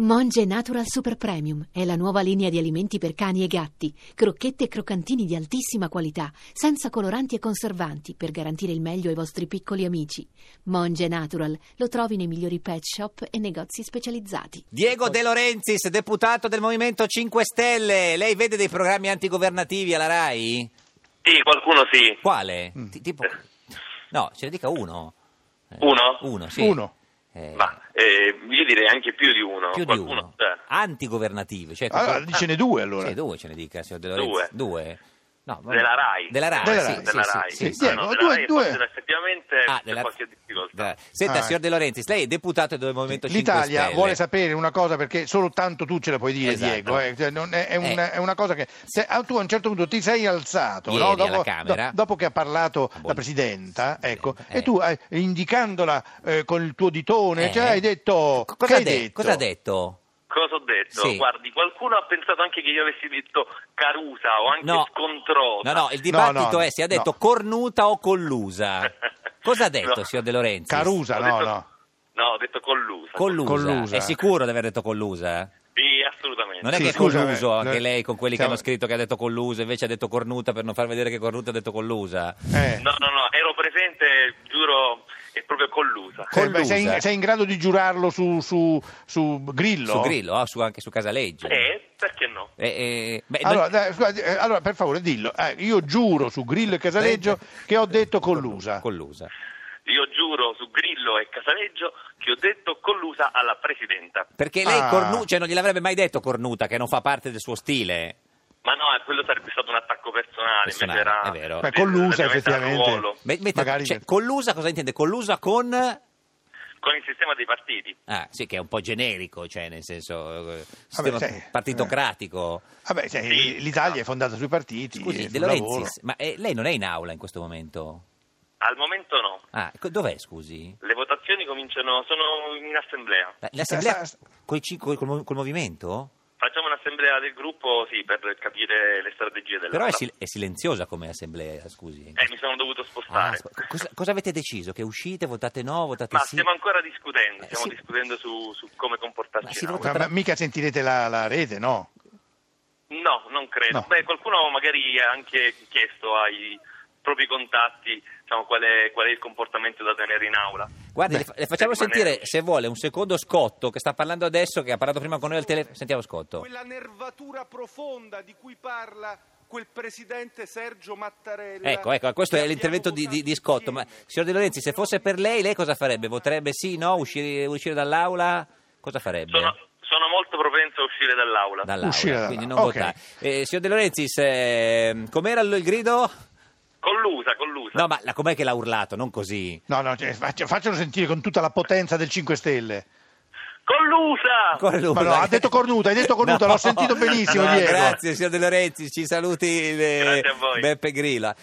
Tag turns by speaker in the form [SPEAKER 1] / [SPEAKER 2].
[SPEAKER 1] Monge Natural Super Premium è la nuova linea di alimenti per cani e gatti, crocchette e croccantini di altissima qualità, senza coloranti e conservanti, per garantire il meglio ai vostri piccoli amici. Monge Natural lo trovi nei migliori pet shop e negozi specializzati.
[SPEAKER 2] Diego De Lorenzis, deputato del Movimento 5 Stelle, lei vede dei programmi antigovernativi alla RAI?
[SPEAKER 3] Sì, qualcuno sì.
[SPEAKER 2] Quale?
[SPEAKER 4] Mm.
[SPEAKER 2] Ti- tipo... No, ce ne dica uno. Eh,
[SPEAKER 3] Uno?
[SPEAKER 2] Uno, sì.
[SPEAKER 4] Uno.
[SPEAKER 2] Eh,
[SPEAKER 3] Ma eh, io direi anche più di uno.
[SPEAKER 2] Più di
[SPEAKER 3] Qualcuno cioè,
[SPEAKER 2] uno.
[SPEAKER 3] c'è.
[SPEAKER 2] Antigovernativi, cioè...
[SPEAKER 4] Allora,
[SPEAKER 2] qualcosa-
[SPEAKER 4] dicene Ah, due allora.
[SPEAKER 2] Sì, due ce ne dica, signor De Lorenzo. Due. No, vabbè.
[SPEAKER 3] Della Rai.
[SPEAKER 2] Della Rai,
[SPEAKER 4] Della
[SPEAKER 2] sì,
[SPEAKER 4] Rai.
[SPEAKER 2] sì,
[SPEAKER 3] della
[SPEAKER 2] sì,
[SPEAKER 3] Rai. Ah,
[SPEAKER 2] sì,
[SPEAKER 4] Sì,
[SPEAKER 2] sì.
[SPEAKER 4] sì,
[SPEAKER 3] no,
[SPEAKER 4] no,
[SPEAKER 3] della
[SPEAKER 4] due-
[SPEAKER 3] Rai
[SPEAKER 4] due.
[SPEAKER 3] forse effettivamente
[SPEAKER 2] Ah,
[SPEAKER 3] c'è
[SPEAKER 2] della-
[SPEAKER 3] qualche difficoltà.
[SPEAKER 2] della- Senta,
[SPEAKER 4] Ah.
[SPEAKER 2] signor De Laurentiis, lei è deputato del Movimento 5
[SPEAKER 4] L'Italia
[SPEAKER 2] Stelle.
[SPEAKER 4] vuole sapere una cosa perché soltanto tu ce la puoi dire,
[SPEAKER 2] Esatto.
[SPEAKER 4] Diego. eh. Cioè, non è, è un-
[SPEAKER 2] Eh.
[SPEAKER 4] è una cosa che se- ah, tu a un certo punto ti sei alzato
[SPEAKER 2] Ieri
[SPEAKER 4] no?
[SPEAKER 2] alla Camera.
[SPEAKER 4] dopo che ha parlato
[SPEAKER 2] Ah, buon-
[SPEAKER 4] la presidenta, ecco,
[SPEAKER 2] Eh.
[SPEAKER 4] e tu hai- indicandola eh, con il tuo ditone
[SPEAKER 2] Eh.
[SPEAKER 4] cioè, hai detto:
[SPEAKER 2] Co-
[SPEAKER 4] che
[SPEAKER 2] Cosa,
[SPEAKER 4] hai
[SPEAKER 2] ha de-
[SPEAKER 4] detto?
[SPEAKER 2] cosa ha detto?
[SPEAKER 3] Cosa ho detto?
[SPEAKER 2] Sì.
[SPEAKER 3] Guardi, qualcuno ha pensato anche che io avessi detto Carusa o anche Scontrosa.
[SPEAKER 2] No, no, il dibattito
[SPEAKER 4] No, no,
[SPEAKER 2] è se ha
[SPEAKER 4] no.
[SPEAKER 2] detto cornuta o collusa. Cosa ha detto,
[SPEAKER 3] No.
[SPEAKER 2] signor De Lorenzi?
[SPEAKER 4] Carusa,
[SPEAKER 3] Ho
[SPEAKER 4] no,
[SPEAKER 3] detto-
[SPEAKER 4] no.
[SPEAKER 3] No, ho detto collusa.
[SPEAKER 2] Collusa.
[SPEAKER 4] Collusa.
[SPEAKER 2] È sicuro di aver detto collusa?
[SPEAKER 3] Sì, assolutamente.
[SPEAKER 2] Non è
[SPEAKER 4] Sì,
[SPEAKER 2] che è
[SPEAKER 4] scusa,
[SPEAKER 2] colluso
[SPEAKER 4] eh,
[SPEAKER 2] anche
[SPEAKER 4] eh,
[SPEAKER 2] lei con quelli
[SPEAKER 4] siamo-
[SPEAKER 2] che hanno scritto che ha detto collusa, invece ha detto cornuta per non far vedere che cornuta ha detto collusa.
[SPEAKER 4] Eh.
[SPEAKER 3] No, no, no, ero presente, giuro, è proprio collusa.
[SPEAKER 4] Sei-
[SPEAKER 2] collusa.
[SPEAKER 4] Sei, in, sei in grado di giurarlo su, su- su Grillo?
[SPEAKER 2] Su Grillo, ah, su- anche su Casaleggio.
[SPEAKER 3] Eh, perché no?
[SPEAKER 2] Eh, eh, beh, non-
[SPEAKER 4] Allora, dai, scusa, eh, allora, per favore, dillo. Eh, io giuro su Grillo e Casaleggio che ho detto collusa.
[SPEAKER 2] eh, Collusa.
[SPEAKER 3] Io giuro su Grillo e Casaleggio che ho detto collusa alla Presidenta.
[SPEAKER 2] Perché lei
[SPEAKER 4] Ah.
[SPEAKER 2] cornu- cioè, non gliel'avrebbe mai detto cornuta, che non fa parte del suo stile.
[SPEAKER 3] Ma no, eh, quello sarebbe stato un attacco personale,
[SPEAKER 2] Personale,
[SPEAKER 3] invece era
[SPEAKER 2] è vero.
[SPEAKER 4] Beh, collusa,
[SPEAKER 3] veramente al
[SPEAKER 4] effettivamente.
[SPEAKER 3] ruolo,
[SPEAKER 2] Me- metta-
[SPEAKER 4] Magari-
[SPEAKER 2] cioè, collusa cosa intende? Collusa con...
[SPEAKER 3] con il sistema dei partiti.
[SPEAKER 2] Ah, sì, che è un po' generico, cioè nel senso eh,
[SPEAKER 4] Vabbè,
[SPEAKER 2] sistema
[SPEAKER 4] sai,
[SPEAKER 2] partitocratico.
[SPEAKER 4] Vabbè, sai,
[SPEAKER 3] Sì,
[SPEAKER 4] l'Italia
[SPEAKER 3] no.
[SPEAKER 4] è fondata sui partiti. e
[SPEAKER 2] Scusi,
[SPEAKER 4] sul
[SPEAKER 2] De
[SPEAKER 4] lavoro.
[SPEAKER 2] Laurentiis, ma eh, lei non è in aula in questo momento?
[SPEAKER 3] Al momento no.
[SPEAKER 2] Ah, co- dov'è, scusi?
[SPEAKER 3] Le votazioni cominciano, sono in assemblea.
[SPEAKER 2] La- L'assemblea
[SPEAKER 4] sta-
[SPEAKER 2] coi cin- col, col- col movimento?
[SPEAKER 3] Facciamo un'assemblea del gruppo, sì, per capire le strategie della
[SPEAKER 2] Però è, sil- è silenziosa come assemblea, scusi.
[SPEAKER 3] Eh, mi sono dovuto
[SPEAKER 2] Ah,
[SPEAKER 3] spostare.
[SPEAKER 2] scu- cosa, cosa avete deciso? Che uscite, votate no, votate
[SPEAKER 3] Ma
[SPEAKER 2] sì?
[SPEAKER 3] stiamo ancora discutendo,
[SPEAKER 2] Eh,
[SPEAKER 3] stiamo
[SPEAKER 2] sì.
[SPEAKER 3] discutendo su, su come
[SPEAKER 2] Ma
[SPEAKER 3] comportarci.
[SPEAKER 2] si
[SPEAKER 3] in aula.
[SPEAKER 2] vota-
[SPEAKER 4] Ma- ma mica sentirete la, la rete, no?
[SPEAKER 3] No, non credo.
[SPEAKER 4] No.
[SPEAKER 3] Beh, qualcuno magari ha anche chiesto ai propri contatti diciamo, qual, è, qual è il comportamento da tenere in aula.
[SPEAKER 2] Guardi, le, fa- le facciamo
[SPEAKER 3] rimane-
[SPEAKER 2] sentire, se vuole, un secondo Scotto che sta parlando adesso, che ha parlato prima con noi al telefono. Sentiamo Scotto.
[SPEAKER 5] Quella nervatura profonda di cui parla quel presidente Sergio Mattarella.
[SPEAKER 2] Ecco, ecco, questo
[SPEAKER 5] che
[SPEAKER 2] è l'intervento di,
[SPEAKER 5] abbiamo
[SPEAKER 2] di- di
[SPEAKER 5] votato
[SPEAKER 2] Scotto. Ma,
[SPEAKER 5] insieme.
[SPEAKER 2] signor De Lorenzi, se fosse per lei, lei cosa farebbe? Voterebbe sì, no? Uscire, uscire dall'aula? Cosa farebbe?
[SPEAKER 3] Sono, sono molto propenso a uscire dall'aula.
[SPEAKER 2] Dall'aula,
[SPEAKER 4] Uscire dall'aula,
[SPEAKER 2] quindi non
[SPEAKER 4] ok.
[SPEAKER 2] votare. Eh, signor De Lorenzi, se- ehm, com'era il grido?
[SPEAKER 3] Collusa, collusa.
[SPEAKER 2] No, ma la- com'è che l'ha urlato? Non così.
[SPEAKER 4] No, no, cioè, faccia- faccelo sentire con tutta la potenza del 5 Stelle.
[SPEAKER 3] Collusa!
[SPEAKER 2] Cornuta.
[SPEAKER 4] Ma no, ha detto cornuta, hai detto cornuta, l'ho sentito benissimo,
[SPEAKER 2] No,
[SPEAKER 4] Diego.
[SPEAKER 2] Grazie, signor De Lorenzi, ci saluti eh,
[SPEAKER 3] Grazie a voi.
[SPEAKER 2] Beppe Grilla.